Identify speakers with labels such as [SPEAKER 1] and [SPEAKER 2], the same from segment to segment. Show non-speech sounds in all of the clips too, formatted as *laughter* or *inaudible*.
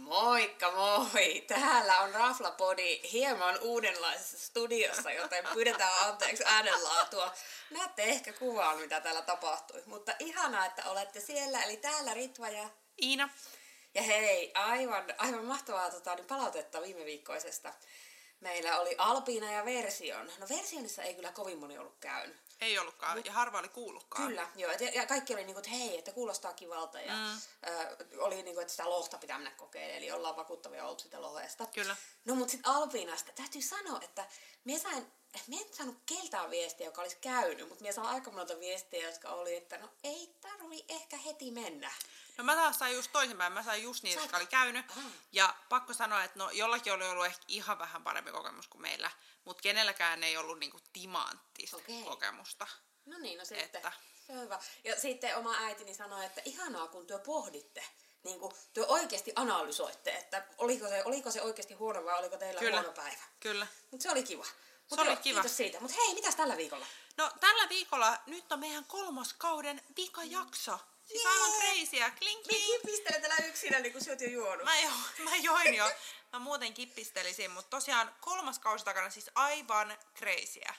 [SPEAKER 1] Moikka moi! Täällä on Raflapodi hieman uudenlaisessa studiossa, joten pyydetään anteeksi äänenlaatua. Näette ehkä kuvaan, mitä täällä tapahtui. Mutta ihanaa, että olette siellä. Eli täällä Ritva ja...
[SPEAKER 2] Iina.
[SPEAKER 1] Ja hei, aivan, aivan mahtavaa tota, niin palautetta viime viikkoisesta. Meillä oli Alpiina ja Version. No Versionissa ei kyllä kovin moni ollut käynyt.
[SPEAKER 2] Ei ollutkaan, ja harva oli kuullutkaan.
[SPEAKER 1] Kyllä, joo. Et, ja kaikki oli niinku, että hei, että kuulostaa kivalta. Ja mm. ö, oli niinku, että sitä lohta pitää mennä kokeilemaan, eli ollaan vakuuttavia oltu sitä lohesta.
[SPEAKER 2] Kyllä.
[SPEAKER 1] No mut sitten Alpiinasta täytyy sanoa, että minä sain, minä en saanut keltään viestiä, joka olisi käynyt, mutta minä sain aika monta viestiä, jotka oli, että no ei tarvi ehkä heti mennä.
[SPEAKER 2] No mä taas sain just toisinpäin, mä sain just niitä,
[SPEAKER 1] Sait-
[SPEAKER 2] jotka oli käynyt.
[SPEAKER 1] Ah.
[SPEAKER 2] Ja pakko sanoa, että no jollakin oli ollut ehkä ihan vähän parempi kokemus kuin meillä, mutta kenelläkään ei ollut niinku timanttista
[SPEAKER 1] Okei.
[SPEAKER 2] kokemusta.
[SPEAKER 1] No niin, no sitten.
[SPEAKER 2] Että.
[SPEAKER 1] Se on hyvä. Ja sitten oma äitini sanoi, että ihanaa kun työ pohditte. Niin kuin työ oikeasti analysoitte, että oliko se, oliko se oikeasti huono vai oliko teillä
[SPEAKER 2] Kyllä.
[SPEAKER 1] huono päivä.
[SPEAKER 2] Kyllä.
[SPEAKER 1] Mutta se oli kiva. Mut
[SPEAKER 2] Se oli
[SPEAKER 1] joo,
[SPEAKER 2] kiva.
[SPEAKER 1] Kiitos siitä. Mutta hei, mitäs tällä viikolla?
[SPEAKER 2] No tällä viikolla nyt on meidän kolmoskauden vikajakso. Siis aivan crazyä. Kling, kling.
[SPEAKER 1] Mikin pistelee täällä yksinä, niin kun sä oot jo juonut.
[SPEAKER 2] Mä, jo, *laughs* mä join jo. Mä muuten kippistelisin, mutta tosiaan kolmas kausi takana siis aivan crazyä.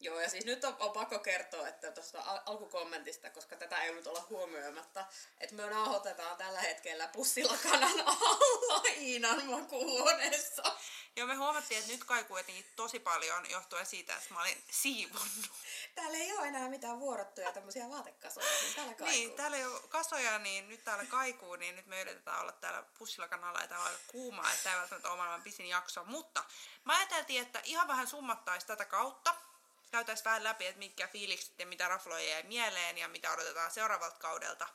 [SPEAKER 1] Joo, ja siis nyt on, on pakko kertoa, että tuosta al- alkukommentista, koska tätä ei nyt olla huomioimatta, että me nauhoitetaan tällä hetkellä pussilakanan *laughs* alla Iinan makuuhuoneessa.
[SPEAKER 2] Joo, me huomattiin, että nyt kaikuu jotenkin tosi paljon johtuen siitä, että mä olin siivonnut.
[SPEAKER 1] Täällä ei ole enää mitään vuorottuja tämmöisiä vaatekasoja, niin täällä kaikuu.
[SPEAKER 2] Niin, täällä ei ole kasoja, niin nyt täällä kaikuu, niin nyt me yritetään olla täällä pussilla kanalla ja täällä on aika kuumaa, että tämä ei välttämättä ole maailman pisin jakso. Mutta mä ajateltiin, että ihan vähän summattaisi tätä kautta. Käytäisiin vähän läpi, että mitkä fiilikset ja mitä rafloja jäi mieleen ja mitä odotetaan seuraavalta kaudelta.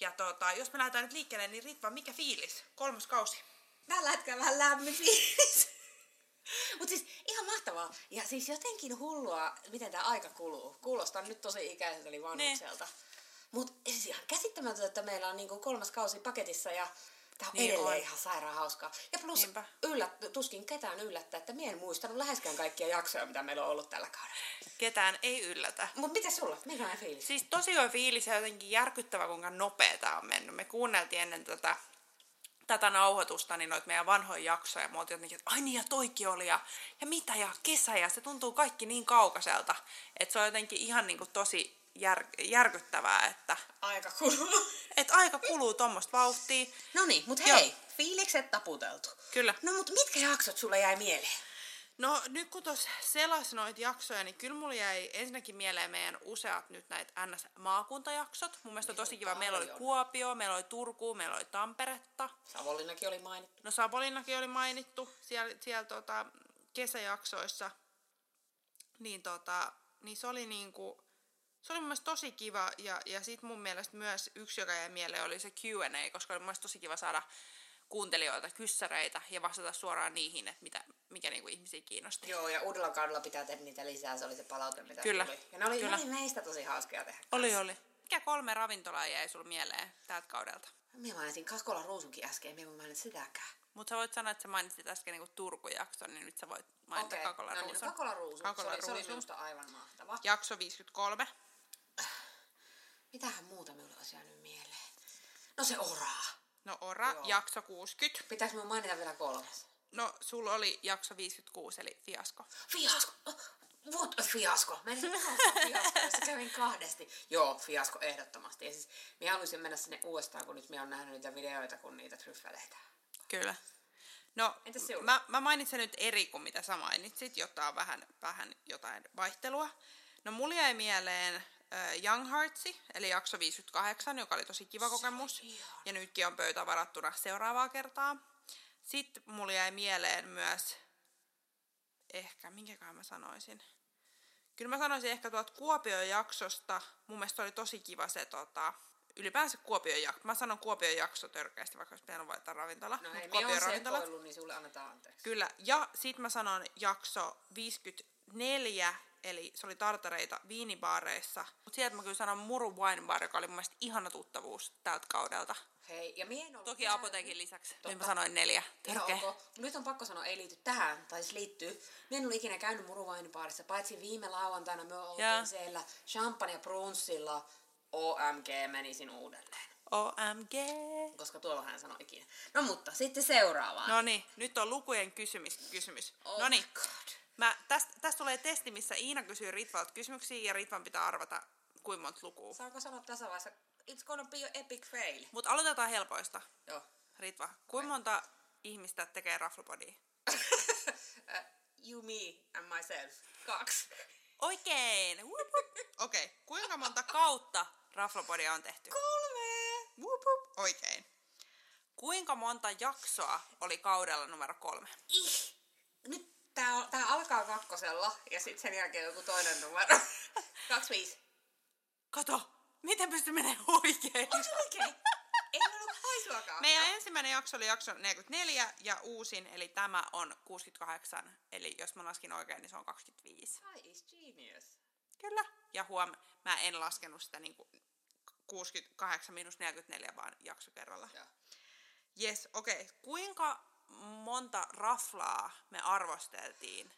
[SPEAKER 2] Ja tota, jos me lähdetään nyt liikkeelle, niin Ritva, mikä fiilis? Kolmas kausi.
[SPEAKER 1] Tällä hetkellä vähän lämmin *laughs* fiilis. Mutta siis ihan mahtavaa. Ja siis jotenkin hullua, miten tämä aika kuluu. Kuulostaa nyt tosi ikäiseltä eli vanhukselta. Mutta siis ihan käsittämätöntä, että meillä on niinku kolmas kausi paketissa ja tämä on
[SPEAKER 2] Niin
[SPEAKER 1] niin edelleen
[SPEAKER 2] on.
[SPEAKER 1] ihan sairaan hauskaa. Ja plus
[SPEAKER 2] Niinpä.
[SPEAKER 1] yllät, tuskin ketään yllättää, että mie en muistanut läheskään kaikkia jaksoja, mitä meillä on ollut tällä kaudella.
[SPEAKER 2] Ketään ei yllätä.
[SPEAKER 1] Mutta mitä sulla? Minkälainen fiilis?
[SPEAKER 2] Siis tosi hyvä fiilis ja jotenkin järkyttävä, kuinka nopea tämä on mennyt. Me kuunneltiin ennen tätä, tätä nauhoitusta niin noita meidän vanhoja jaksoja. Me oltiin jotenkin, että ai niin ja toikin oli ja, ja mitä ja kesä ja se tuntuu kaikki niin kaukaiselta. Että se on jotenkin ihan niin kuin tosi jär, järkyttävää, että,
[SPEAKER 1] Aika kuluu.
[SPEAKER 2] että aika kuluu tuommoista vauhtia.
[SPEAKER 1] *laughs* No niin, mutta
[SPEAKER 2] Joo.
[SPEAKER 1] hei, fiilikset taputeltu.
[SPEAKER 2] Kyllä.
[SPEAKER 1] No mutta mitkä jaksot sulle jäi mieleen?
[SPEAKER 2] No nyt kun tuossa selasin noita jaksoja, niin kyllä mulla jäi ensinnäkin mieleen meidän useat nyt näitä NS-maakuntajaksot. Mun mielestä on tosi
[SPEAKER 1] oli
[SPEAKER 2] kiva. Meillä oli
[SPEAKER 1] paljon.
[SPEAKER 2] Kuopio, meillä oli Turku, meillä oli Tamperetta.
[SPEAKER 1] Savonlinnakin oli mainittu.
[SPEAKER 2] No Savonlinnakin oli mainittu siellä, siellä tota, kesäjaksoissa. Niin, tota, niin se oli niinku, se oli mun mielestä tosi kiva ja, ja sit mun mielestä myös yksi, joka jäi mieleen, oli se Q&A, koska oli mun mielestä tosi kiva saada kuuntelijoilta kyssäreitä ja vastata suoraan niihin, että mitä, mikä niinku ihmisiä kiinnosti.
[SPEAKER 1] Joo, ja uudella kaudella pitää tehdä niitä lisää, se oli se palaute, mitä
[SPEAKER 2] Kyllä.
[SPEAKER 1] tuli. Ja ne oli,
[SPEAKER 2] Kyllä.
[SPEAKER 1] ne oli meistä tosi hauskaa tehdä.
[SPEAKER 2] Oli, oli. Mikä kolme ravintolaa jäi sulla mieleen tältä kaudelta?
[SPEAKER 1] Minä mainitsin Kaskolan ruusunkin äsken, minä en mainitsi sitäkään.
[SPEAKER 2] Mutta sä voit sanoa, että sä mainitsit äsken niinku Turku-jakson, niin nyt sä voit mainita okay.
[SPEAKER 1] Okei,
[SPEAKER 2] Kakola
[SPEAKER 1] no, niin, Kakolan ruusu.
[SPEAKER 2] Kakolan
[SPEAKER 1] se, oli, se oli
[SPEAKER 2] ruusu.
[SPEAKER 1] minusta aivan mahtava. Ja.
[SPEAKER 2] Jakso 53.
[SPEAKER 1] Mitähän muuta minulle olisi jäänyt mieleen? No se oraa.
[SPEAKER 2] No Ora,
[SPEAKER 1] Joo.
[SPEAKER 2] jakso 60.
[SPEAKER 1] Pitääkö minun mainita vielä kolmas?
[SPEAKER 2] No, sulla oli jakso 56, eli fiasko.
[SPEAKER 1] Fiasko! What a fiasko! Mä en fiasko, jossa kävin kahdesti. Joo, fiasko ehdottomasti. Ja siis minä haluaisin mennä sinne uudestaan, kun nyt minä olen nähnyt niitä videoita, kun niitä tryffeleitä.
[SPEAKER 2] Kyllä. No,
[SPEAKER 1] Entäs sinulla?
[SPEAKER 2] mä, mä mainitsen nyt eri kuin mitä sä mainitsit, jotta on vähän, vähän jotain vaihtelua. No, mulla jäi mieleen äh, Young Heartsi, eli jakso 58, joka oli tosi kiva kokemus.
[SPEAKER 1] ihana.
[SPEAKER 2] Ja nytkin on pöytä varattuna seuraavaa kertaa. Sitten mulla jäi mieleen myös, ehkä, minkäkään mä sanoisin. Kyllä mä sanoisin ehkä tuolta Kuopion jaksosta, mun mielestä oli tosi kiva se tota, ylipäänsä Kuopion jakso. Mä sanon Kuopion jakso törkeästi, vaikka olisi pitänyt vaihtaa ravintola.
[SPEAKER 1] No
[SPEAKER 2] mut
[SPEAKER 1] ei, minä
[SPEAKER 2] Kuopion
[SPEAKER 1] olen
[SPEAKER 2] ravintolat.
[SPEAKER 1] sekoillut, niin sulle annetaan anteeksi.
[SPEAKER 2] Kyllä, ja sit mä sanon jakso 54, eli se oli tartareita viinibaareissa. Mut sieltä mä kyllä sanon Muru Wine Bar, joka oli mun mielestä ihana tuttavuus tältä kaudelta.
[SPEAKER 1] Hei, ja minä en ollut
[SPEAKER 2] Toki
[SPEAKER 1] mitään-
[SPEAKER 2] apoteekin lisäksi. Nyt mä
[SPEAKER 1] Totta.
[SPEAKER 2] sanoin neljä.
[SPEAKER 1] Ihan
[SPEAKER 2] Törkeä.
[SPEAKER 1] ok. Nyt on pakko sanoa, ei liity tähän, tai siis liittyy. Minä en ole ikinä käynyt muruvainipaarissa, paitsi viime lauantaina me oltiin
[SPEAKER 2] Jaa.
[SPEAKER 1] siellä champagne brunssilla. OMG, menisin uudelleen.
[SPEAKER 2] OMG.
[SPEAKER 1] koska tuolla hän sanoi ikinä. No mutta sitten seuraavaan.
[SPEAKER 2] No niin, nyt on lukujen kysymys. kysymys.
[SPEAKER 1] Oh
[SPEAKER 2] no niin,
[SPEAKER 1] my God.
[SPEAKER 2] Mä, tästä, tästä tulee testi, missä Iina kysyy Ritvalta kysymyksiä ja Ritvan pitää arvata, kuinka monta lukua.
[SPEAKER 1] Saanko sanoa tässä vaiheessa, it's gonna be an epic fail.
[SPEAKER 2] Mutta aloitetaan helpoista.
[SPEAKER 1] Joo.
[SPEAKER 2] Ritva, kuinka monta ihmistä tekee raflopodia?
[SPEAKER 1] Äh, you, me and myself. Kaksi.
[SPEAKER 2] Oikein! Wup, wup. Okei, okay. kuinka monta kautta raflopodia on tehty?
[SPEAKER 1] Kolme.
[SPEAKER 2] Wup, wup. Oikein. Kuinka monta jaksoa oli kaudella numero kolme?
[SPEAKER 1] Ih. Nyt tää, on, tää alkaa kakkosella ja sitten sen jälkeen joku toinen numero. 25.
[SPEAKER 2] Kato, miten pysty menemään oikein?
[SPEAKER 1] Onko se oikein? Ei ollut haisuakaan.
[SPEAKER 2] Meidän ensimmäinen jakso oli jakso 44 ja uusin, eli tämä on 68. Eli jos mä laskin oikein, niin se on 25.
[SPEAKER 1] Ai is genius.
[SPEAKER 2] Kyllä. Ja huom, mä en laskenut sitä niin 68 minus 44, vaan jakso kerralla.
[SPEAKER 1] Joo.
[SPEAKER 2] Yes, okei. Okay. Kuinka monta raflaa me arvosteltiin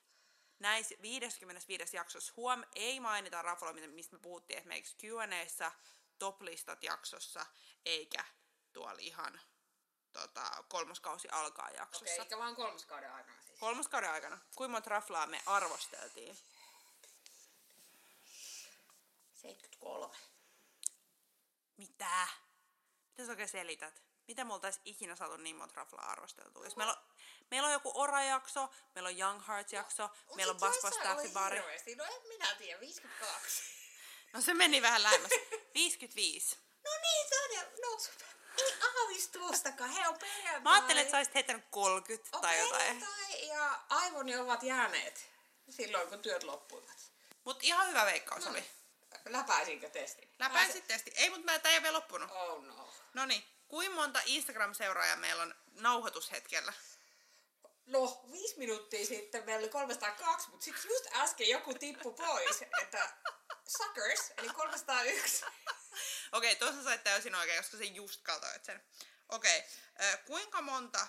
[SPEAKER 2] näissä 55 jaksossa? Huom, ei mainita rafloa, mitä- mistä me puhuttiin esimerkiksi Q&Aissa, toplistat jaksossa, eikä tuolla ihan tota, kolmoskausi alkaa
[SPEAKER 1] Okei,
[SPEAKER 2] jaksossa.
[SPEAKER 1] okay,
[SPEAKER 2] Okay.
[SPEAKER 1] eikä vaan kolmoskauden aikana siis.
[SPEAKER 2] Kolmoskauden aikana, kuinka monta raflaa me arvosteltiin?
[SPEAKER 1] 73.
[SPEAKER 2] Mitä? Mitä sä oikein selität? Miten me oltais ikinä saatu niin monta raflaa arvosteltua? Jos meillä on, meillä on joku Ora-jakso, meillä on Young Hearts-jakso,
[SPEAKER 1] Mut
[SPEAKER 2] meillä on
[SPEAKER 1] sit
[SPEAKER 2] Baspas
[SPEAKER 1] joissain oli
[SPEAKER 2] Taffy Bar.
[SPEAKER 1] hirveästi. No en minä tiedä, 52.
[SPEAKER 2] No se meni
[SPEAKER 1] *laughs*
[SPEAKER 2] vähän lähemmäs. 55.
[SPEAKER 1] No niin, se on jo noussut. Ei aavistustakaan, he on perjantai.
[SPEAKER 2] Mä ajattelin, että sä olisit heittänyt 30
[SPEAKER 1] On
[SPEAKER 2] tai jotain.
[SPEAKER 1] perjantai ja aivoni ovat jääneet silloin, kun työt loppuivat.
[SPEAKER 2] Mut ihan hyvä veikkaus
[SPEAKER 1] No
[SPEAKER 2] oli.
[SPEAKER 1] niin. Läpäisinkö testin?
[SPEAKER 2] Läpäisit testi. Ei, mut mä tää ei ole vielä loppunut.
[SPEAKER 1] Oh no.
[SPEAKER 2] No niin, kuinka monta Instagram-seuraajaa meillä on nauhoitushetkellä?
[SPEAKER 1] No, viisi minuuttia sitten meillä oli 302, mutta sitten just äsken joku tippui pois, että suckers, eli 301.
[SPEAKER 2] Okei, tuossa sait täysin oikein, koska se just katsoit sen. Okei, ö, kuinka monta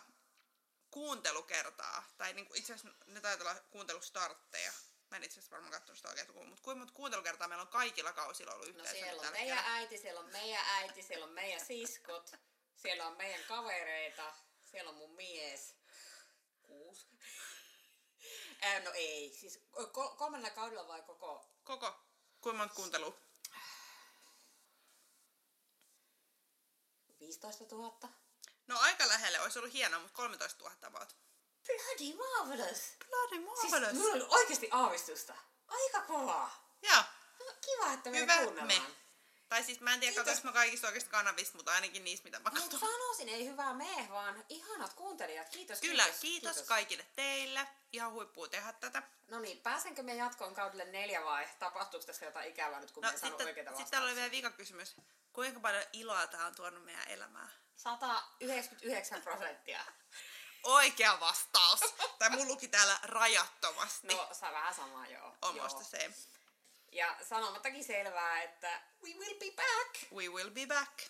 [SPEAKER 2] kuuntelukertaa, tai niinku itse asiassa ne taitaa olla kuuntelustartteja. Mä en itse asiassa varmaan katsonut sitä oikeaa lukua, mutta kuinka monta kuuntelukertaa meillä on kaikilla kausilla ollut
[SPEAKER 1] No
[SPEAKER 2] yhteensä nyt
[SPEAKER 1] siellä on
[SPEAKER 2] tällä
[SPEAKER 1] meidän
[SPEAKER 2] hetkellä?
[SPEAKER 1] äiti, siellä on meidän äiti, siellä on meidän siskot, siellä on meidän kavereita, siellä on mun mies. Kuusi. Äh, no ei, siis ö, ko- kolmannella kaudella vai koko?
[SPEAKER 2] Koko. Kuinka monta kuuntelua?
[SPEAKER 1] 15 000.
[SPEAKER 2] No aika lähelle, olisi ollut hienoa, mutta 13 000 about.
[SPEAKER 1] Bloody marvelous!
[SPEAKER 2] Bloody
[SPEAKER 1] Siis
[SPEAKER 2] marvelous.
[SPEAKER 1] mulla oli oikeasti aavistusta. Aika kovaa.
[SPEAKER 2] Joo,
[SPEAKER 1] No, kiva, että me
[SPEAKER 2] hyvä me.
[SPEAKER 1] kuunnellaan.
[SPEAKER 2] Tai siis mä en tiedä,
[SPEAKER 1] Kiitos.
[SPEAKER 2] katsoinko mä kaikista oikeista kanavista, mutta ainakin niistä, mitä mä
[SPEAKER 1] Mut
[SPEAKER 2] katson.
[SPEAKER 1] sanoisin, ei hyvää mene, vaan ihanat kuuntelijat. Kiitos,
[SPEAKER 2] Kyllä,
[SPEAKER 1] kiitos.
[SPEAKER 2] kiitos, kiitos kaikille teille. Ihan huippua tehdä tätä.
[SPEAKER 1] No niin, pääsenkö me jatkoon kaudelle neljä vai tapahtuuko tässä jotain ikävää nyt, kun no,
[SPEAKER 2] No
[SPEAKER 1] me en saanut
[SPEAKER 2] sitten
[SPEAKER 1] oikeita
[SPEAKER 2] sit
[SPEAKER 1] vastauksia?
[SPEAKER 2] täällä oli vielä vikakysymys. Kuinka paljon iloa tämä on tuonut meidän elämään?
[SPEAKER 1] 199 prosenttia. No,
[SPEAKER 2] *laughs* Oikea vastaus. tai mun luki täällä rajattomasti.
[SPEAKER 1] No, saa vähän samaa, joo.
[SPEAKER 2] on
[SPEAKER 1] joo.
[SPEAKER 2] musta Niin. se.
[SPEAKER 1] Ja sanomattakin selvää, että we will be back!
[SPEAKER 2] We will be back.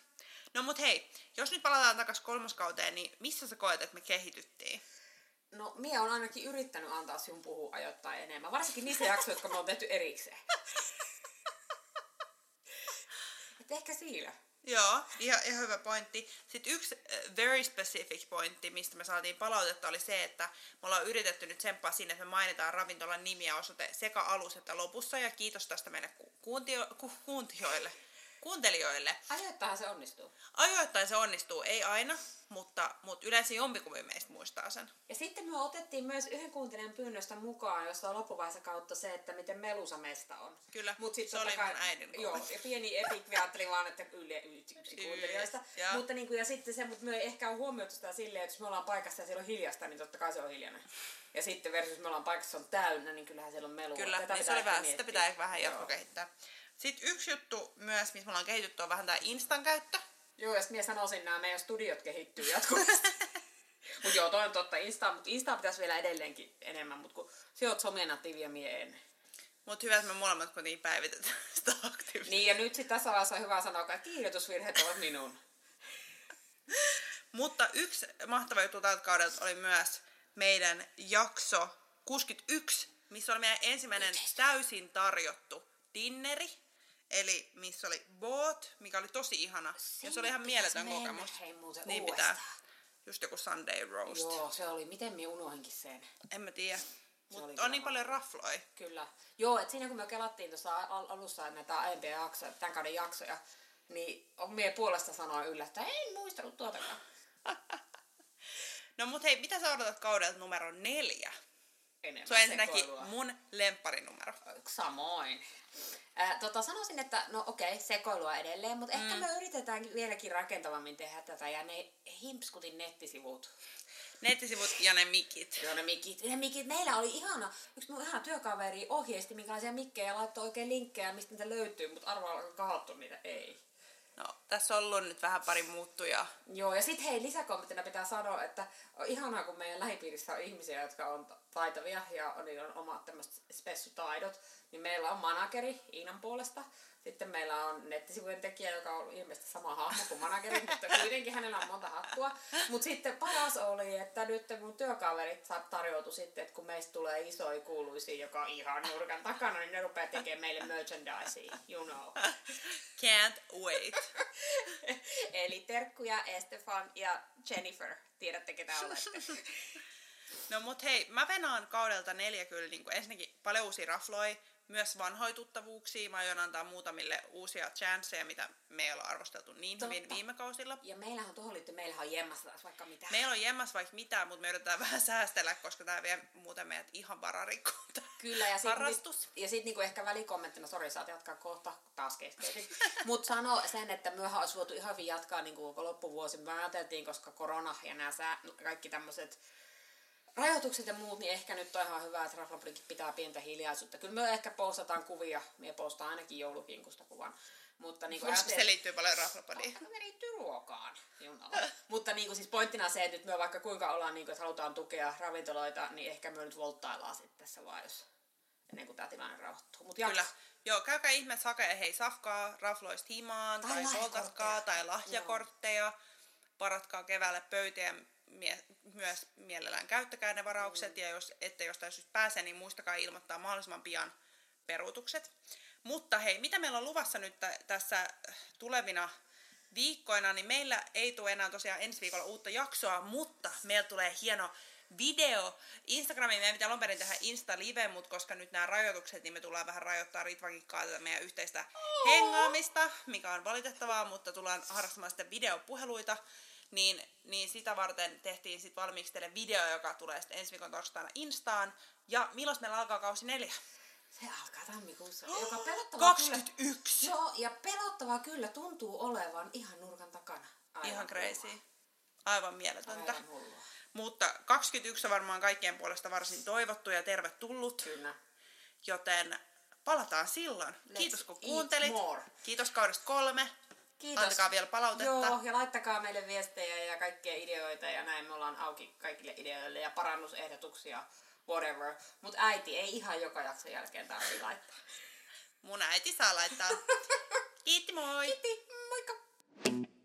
[SPEAKER 2] No mut hei, jos nyt palataan takaisin kolmoskauteen, niin missä sä koet, että me kehityttiin?
[SPEAKER 1] No, minä on ainakin yrittänyt antaa sinun puhua ajoittain enemmän, varsinkin
[SPEAKER 2] *laughs*
[SPEAKER 1] niissä jaksoissa, jotka me on tehty erikseen. Et ehkä siinä.
[SPEAKER 2] Joo, ihan, ihan hyvä pointti. Sitten yksi äh, very specific pointti, mistä me saatiin palautetta, oli se, että me ollaan yritetty nyt tsemppaa siinä, että me mainitaan ravintolan nimi ja osoite sekä alus että lopussa. Ja kiitos tästä meille ku- kuuntio, ku- kuuntioille, kuuntelijoille.
[SPEAKER 1] Ajoittainhan se onnistuu.
[SPEAKER 2] Ajoittain se onnistuu, ei aina, mutta, mutta yleensä jompikumpi meistä muistaa sen.
[SPEAKER 1] Ja sitten me otettiin myös yhden kuuntelijan pyynnöstä mukaan, jossa on loppuvaiheessa kautta se, että miten melusa mestä on.
[SPEAKER 2] Kyllä,
[SPEAKER 1] Mut sit
[SPEAKER 2] se
[SPEAKER 1] totta
[SPEAKER 2] oli
[SPEAKER 1] kai-
[SPEAKER 2] mun äidin
[SPEAKER 1] Joo,
[SPEAKER 2] kommentti.
[SPEAKER 1] ja pieni epik vielä ajattelin vaan, että yli yksi kuuntelijoista.
[SPEAKER 2] Joo.
[SPEAKER 1] Mutta niin kuin, ja sitten se, mutta me ei ehkä ole huomioitu sitä silleen, että jos me ollaan paikassa ja siellä on hiljasta, niin totta kai se on hiljainen. Ja sitten versus me ollaan paikassa, se on täynnä, niin kyllähän siellä on melua.
[SPEAKER 2] Kyllä,
[SPEAKER 1] Tätä
[SPEAKER 2] niin se oli
[SPEAKER 1] ehkä
[SPEAKER 2] vähän, sitä
[SPEAKER 1] miettiä.
[SPEAKER 2] pitää ehkä vähän
[SPEAKER 1] Joo.
[SPEAKER 2] jatkokehittää. Sitten yksi juttu myös, missä me ollaan kehitytty, on vähän tämä Instan käyttö.
[SPEAKER 1] Joo, ja sitten minä sanoisin, nämä meidän studiot kehittyy jatkuvasti. *laughs* mutta joo, toi on totta. Insta, mutta Insta pitäisi vielä edelleenkin enemmän, mutta kun se oot somena tiviä, mie en.
[SPEAKER 2] Mutta hyvä, että me molemmat kuitenkin päivitetään *laughs* sitä aktiivisesti.
[SPEAKER 1] Niin, ja nyt sitten tässä vaiheessa on hyvä sanoa, että kirjoitusvirheet ovat minun.
[SPEAKER 2] Mutta yksi mahtava juttu tältä kaudelta oli myös meidän jakso 61, missä oli meidän ensimmäinen täysin tarjottu dinneri. Eli missä oli Boat, mikä oli tosi ihana. ja se oli ihan mieletön kokemus.
[SPEAKER 1] Siis Hei muuten
[SPEAKER 2] Niin
[SPEAKER 1] uudestaan.
[SPEAKER 2] pitää. Just joku Sunday roast.
[SPEAKER 1] Joo, se oli. Miten minä unohinkin sen?
[SPEAKER 2] En mä tiedä.
[SPEAKER 1] oli
[SPEAKER 2] Mutta
[SPEAKER 1] kyllä
[SPEAKER 2] on niin
[SPEAKER 1] mahtava.
[SPEAKER 2] paljon rafloja.
[SPEAKER 1] Kyllä. Joo, että siinä kun me kelattiin tuossa al- alussa näitä aiempia jaksoja, tämän kauden jaksoja, niin on mie puolesta sanoa yllättäen, en muistanut tuotakaan.
[SPEAKER 2] No mut hei, mitä sä odotat kaudelta numero neljä?
[SPEAKER 1] Enemmän
[SPEAKER 2] Se on ensinnäkin
[SPEAKER 1] sekoilua.
[SPEAKER 2] mun lempparinumero.
[SPEAKER 1] Samoin. Äh, tota, sanoisin, että no okei, sekoilua edelleen, mutta mm. ehkä me yritetään vieläkin rakentavammin tehdä tätä ja ne himpskutin nettisivut.
[SPEAKER 2] Nettisivut ja ne mikit.
[SPEAKER 1] Joo, no ne mikit. Ne mikit. Meillä oli ihana, yksi mun ihana työkaveri ohjeisti minkälaisia mikkejä ja laittoi oikein linkkejä, mistä niitä löytyy, mutta arvaa oliko kahattu niitä, ei.
[SPEAKER 2] No, tässä on ollut nyt vähän pari muuttujaa.
[SPEAKER 1] Joo, ja sitten hei, lisäkommenttina pitää sanoa, että on ihanaa, kun meidän lähipiirissä on ihmisiä, jotka on ta- taitavia ja on, niillä on omat tämmöiset spessutaidot. Niin meillä on manageri Iinan puolesta. Sitten meillä on nettisivujen tekijä, joka on ollut ilmeisesti sama hahmo kuin manageri, mutta kuitenkin hänellä on monta hattua. Mutta sitten paras oli, että nyt mun työkaverit sa- tarjoutu sitten, että kun meistä tulee isoja kuuluisia, joka on ihan nurkan takana, niin ne rupeaa tekemään meille merchandisea, you know.
[SPEAKER 2] Can't wait.
[SPEAKER 1] Eli terkkuja Estefan ja Jennifer. Tiedätte ketä olette.
[SPEAKER 2] No mut hei, mä venaan kaudelta neljä kyllä niin kuin ensinnäkin paljon uusia rafloja, myös vanhoja tuttavuuksia. Mä aion antaa muutamille uusia chanceja, mitä me ei olla arvosteltu niin Totta. hyvin
[SPEAKER 1] Totta.
[SPEAKER 2] viime kausilla.
[SPEAKER 1] Ja meillähän on tuohon liittyen, meillähän on jemmassa taas vaikka mitä.
[SPEAKER 2] Meillä on jemmas vaikka mitään, mutta me yritetään *laughs* vähän säästellä, koska tämä vie muuten meidät ihan vararikkoon. tää
[SPEAKER 1] Kyllä, ja sitten
[SPEAKER 2] Harrastus.
[SPEAKER 1] ja sit niinku ehkä välikommenttina, sori saat jatkaa kohta, taas keskeytin. *laughs* Mutta sano sen, että myöhän olisi voitu ihan hyvin jatkaa niinku koko loppuvuosi. Me ajateltiin, koska korona ja nämä sää, no, kaikki tämmöiset rajoitukset ja muut, niin ehkä nyt on ihan hyvä, että Raflablikin pitää pientä hiljaisuutta. Kyllä me ehkä postataan kuvia, me postaan ainakin joulukinkusta kuvan. Mutta niin
[SPEAKER 2] Koska se liittyy paljon raflapodiin.
[SPEAKER 1] Koska se liittyy ruokaan. You know. *laughs* Mutta niin kuin siis pointtina se, että nyt me vaikka kuinka ollaan, niin kuin, että halutaan tukea ravintoloita, niin ehkä me nyt volttaillaan sitten tässä vaan, jos ennen kuin tämä tilanne rauhoittuu. Mut jaks.
[SPEAKER 2] Kyllä. Joo, käykää ihmeessä hakee hei safkaa, rafloista himaan,
[SPEAKER 1] Tai
[SPEAKER 2] tai, tai
[SPEAKER 1] lahjakortteja.
[SPEAKER 2] soltatkaa, tai lahjakortteja. Varatkaa keväälle pöytiä, mie- myös mielellään käyttäkää ne varaukset, mm. ja jos ette jostain syystä pääse, niin muistakaa ilmoittaa mahdollisimman pian peruutukset. Mutta hei, mitä meillä on luvassa nyt t- tässä tulevina viikkoina, niin meillä ei tule enää tosiaan ensi viikolla uutta jaksoa, mutta meillä tulee hieno video. Instagramiin meidän pitää alun perin tehdä Insta Live, mutta koska nyt nämä rajoitukset, niin me tullaan vähän rajoittaa Ritvankin kanssa tätä meidän yhteistä hengaamista, mikä on valitettavaa, mutta tullaan harrastamaan sitten videopuheluita. Niin, niin sitä varten tehtiin sitten valmiiksi teille video, joka tulee sitten ensi viikon torstaina Instaan. Ja milloin meillä alkaa kausi neljä?
[SPEAKER 1] Se alkaa tammikuussa, joka pelottavaa kyllä.
[SPEAKER 2] 21!
[SPEAKER 1] Joo, ja pelottavaa kyllä tuntuu olevan ihan nurkan takana. Aivan
[SPEAKER 2] Ihan
[SPEAKER 1] hullua.
[SPEAKER 2] crazy. Aivan mieletöntä.
[SPEAKER 1] Aivan hullua.
[SPEAKER 2] Mutta 21 on varmaan kaikkien puolesta varsin toivottu ja tervetullut,
[SPEAKER 1] Kyllä.
[SPEAKER 2] joten palataan silloin.
[SPEAKER 1] Let's
[SPEAKER 2] Kiitos kun
[SPEAKER 1] eat
[SPEAKER 2] kuuntelit.
[SPEAKER 1] more.
[SPEAKER 2] Kiitos kaudesta kolme.
[SPEAKER 1] Kiitos.
[SPEAKER 2] Antakaa vielä palautetta.
[SPEAKER 1] Joo, ja laittakaa meille viestejä ja kaikkia ideoita ja näin. Me ollaan auki kaikille ideoille ja parannusehdotuksia, whatever. Mutta äiti ei ihan joka jakson jälkeen tarvitse laittaa. *laughs*
[SPEAKER 2] Mun äiti saa laittaa. Kiitti moi!
[SPEAKER 1] Kiitti, moikka!